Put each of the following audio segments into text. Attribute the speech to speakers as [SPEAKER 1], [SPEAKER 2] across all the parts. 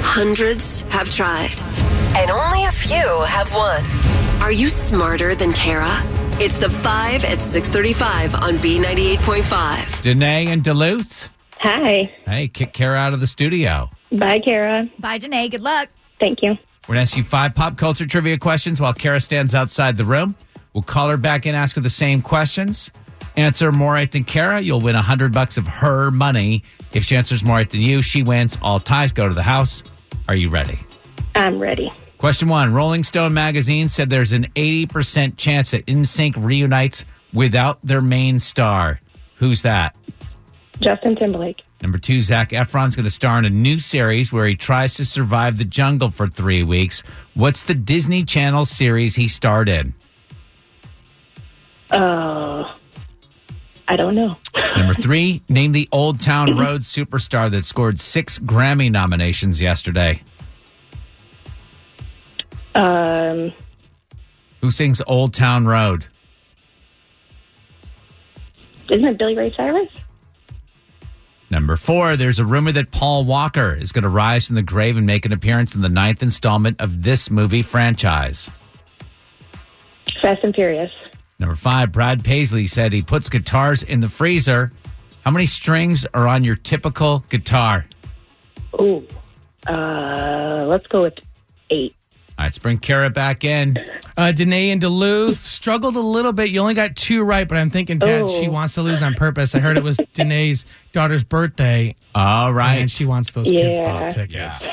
[SPEAKER 1] Hundreds have tried.
[SPEAKER 2] and only a few have won.
[SPEAKER 1] Are you smarter than Kara? It's the 5 at 635 on B98.5.
[SPEAKER 3] Danae and Duluth.
[SPEAKER 4] Hi.
[SPEAKER 3] Hey, kick Kara out of the studio.
[SPEAKER 4] Bye, Kara.
[SPEAKER 5] Bye, Janae. Good luck.
[SPEAKER 4] Thank you.
[SPEAKER 3] We're going to ask you five pop culture trivia questions while Kara stands outside the room. We'll call her back and ask her the same questions. Answer more right than Kara, you'll win 100 bucks of her money. If she answers more right than you, she wins. All ties go to the house. Are you ready?
[SPEAKER 4] I'm ready.
[SPEAKER 3] Question one Rolling Stone magazine said there's an 80% chance that NSYNC reunites without their main star. Who's that?
[SPEAKER 4] Justin Timberlake.
[SPEAKER 3] Number two, Zach Efron's going to star in a new series where he tries to survive the jungle for three weeks. What's the Disney Channel series he starred in?
[SPEAKER 4] Uh, I don't know.
[SPEAKER 3] Number three, name the Old Town Road superstar that scored six Grammy nominations yesterday.
[SPEAKER 4] Um,
[SPEAKER 3] Who sings Old Town Road?
[SPEAKER 4] isn't it Billy Ray Cyrus?
[SPEAKER 3] Number four, there's a rumor that Paul Walker is going to rise from the grave and make an appearance in the ninth installment of this movie franchise.
[SPEAKER 4] Fast and Furious.
[SPEAKER 3] Number five, Brad Paisley said he puts guitars in the freezer. How many strings are on your typical guitar?
[SPEAKER 4] Ooh. Uh, let's go with eight.
[SPEAKER 3] All right, let's bring Kara back in.
[SPEAKER 6] Uh, Danae and Duluth struggled a little bit. You only got two right, but I'm thinking, Dad,
[SPEAKER 4] Oh.
[SPEAKER 6] she wants to lose on purpose. I heard it was Danae's daughter's birthday,
[SPEAKER 3] All right.
[SPEAKER 6] and she wants those kids'
[SPEAKER 4] Yeah.
[SPEAKER 6] pop tickets.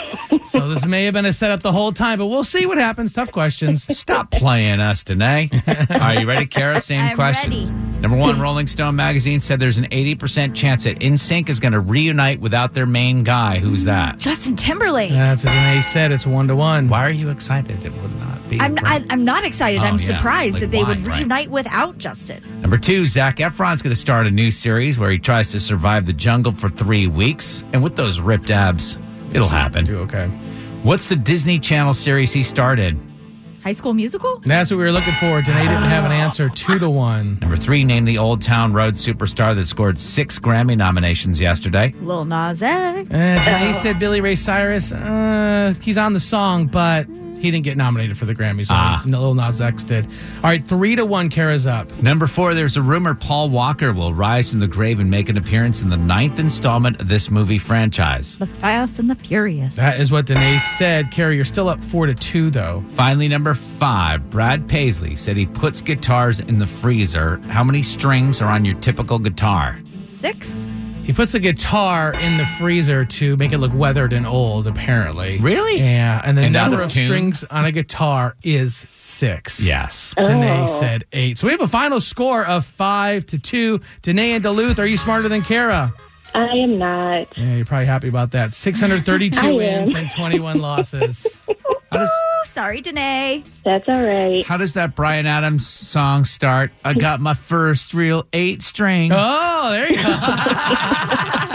[SPEAKER 6] so this may have been a setup the whole time, but we'll see what happens. Tough questions.
[SPEAKER 3] Stop playing us, Danae. Are you ready, Kara? Same
[SPEAKER 5] I'm
[SPEAKER 3] questions. Number one, Rolling Stone magazine said there's an 80% chance that NSYNC is going to reunite without their main guy. Who's that?
[SPEAKER 5] Justin Timberlake.
[SPEAKER 6] That's what Danae said. It's one to one.
[SPEAKER 3] Why are you excited? It would not be.
[SPEAKER 5] I'm, I,
[SPEAKER 3] right.
[SPEAKER 5] I'm not excited.
[SPEAKER 3] Oh,
[SPEAKER 5] I'm
[SPEAKER 3] yeah.
[SPEAKER 5] surprised
[SPEAKER 3] Like,
[SPEAKER 5] that they
[SPEAKER 3] why,
[SPEAKER 5] would
[SPEAKER 3] right?
[SPEAKER 5] reunite without Justin.
[SPEAKER 3] Number two, Zach Efron's going to start a new series where he tries to survive the jungle for three weeks. And with those ripped abs, it'll happen.
[SPEAKER 6] Do okay.
[SPEAKER 3] What's the Disney Channel series he started?
[SPEAKER 5] High School Musical?
[SPEAKER 6] And that's what we were looking for. Danae didn't have an answer. Two to one.
[SPEAKER 3] Number three, name the Old Town Road superstar that scored six Grammy nominations yesterday.
[SPEAKER 5] Lil Nas
[SPEAKER 4] Oh.
[SPEAKER 5] X.
[SPEAKER 6] Uh, Danae said Billy Ray Cyrus. Uh, he's on the song, but he didn't get nominated for the Grammys.
[SPEAKER 3] Ah.
[SPEAKER 6] No, Lil Nas X did. All right, three to one. Kara's up.
[SPEAKER 3] Number four, there's a rumor Paul Walker will rise from the grave and make an appearance in the ninth installment of this movie franchise.
[SPEAKER 5] The Fast and the Furious.
[SPEAKER 6] That is what Danae said. Kara, you're still up four to two, though.
[SPEAKER 3] Finally, number five, Brad Paisley said he puts guitars in the freezer. How many strings are on your typical guitar?
[SPEAKER 5] Six?
[SPEAKER 6] He puts the guitar in the freezer to make it look weathered and old, apparently.
[SPEAKER 3] Really?
[SPEAKER 6] Yeah. And the
[SPEAKER 3] And out
[SPEAKER 6] number
[SPEAKER 3] of
[SPEAKER 6] of,
[SPEAKER 3] tune?
[SPEAKER 6] strings on a guitar is six.
[SPEAKER 3] Yes.
[SPEAKER 6] Danae
[SPEAKER 4] Oh.
[SPEAKER 6] said eight. So we have a final score of five to two. Danae and Duluth, are you smarter than Kara?
[SPEAKER 4] I am not.
[SPEAKER 6] Yeah, you're probably happy about that. 632 wins and 21 losses.
[SPEAKER 3] How does,
[SPEAKER 5] Oh, sorry, Danae.
[SPEAKER 4] That's all right.
[SPEAKER 3] how does that Brian Adams song start? I got my first real eight string.
[SPEAKER 6] Oh, there you go.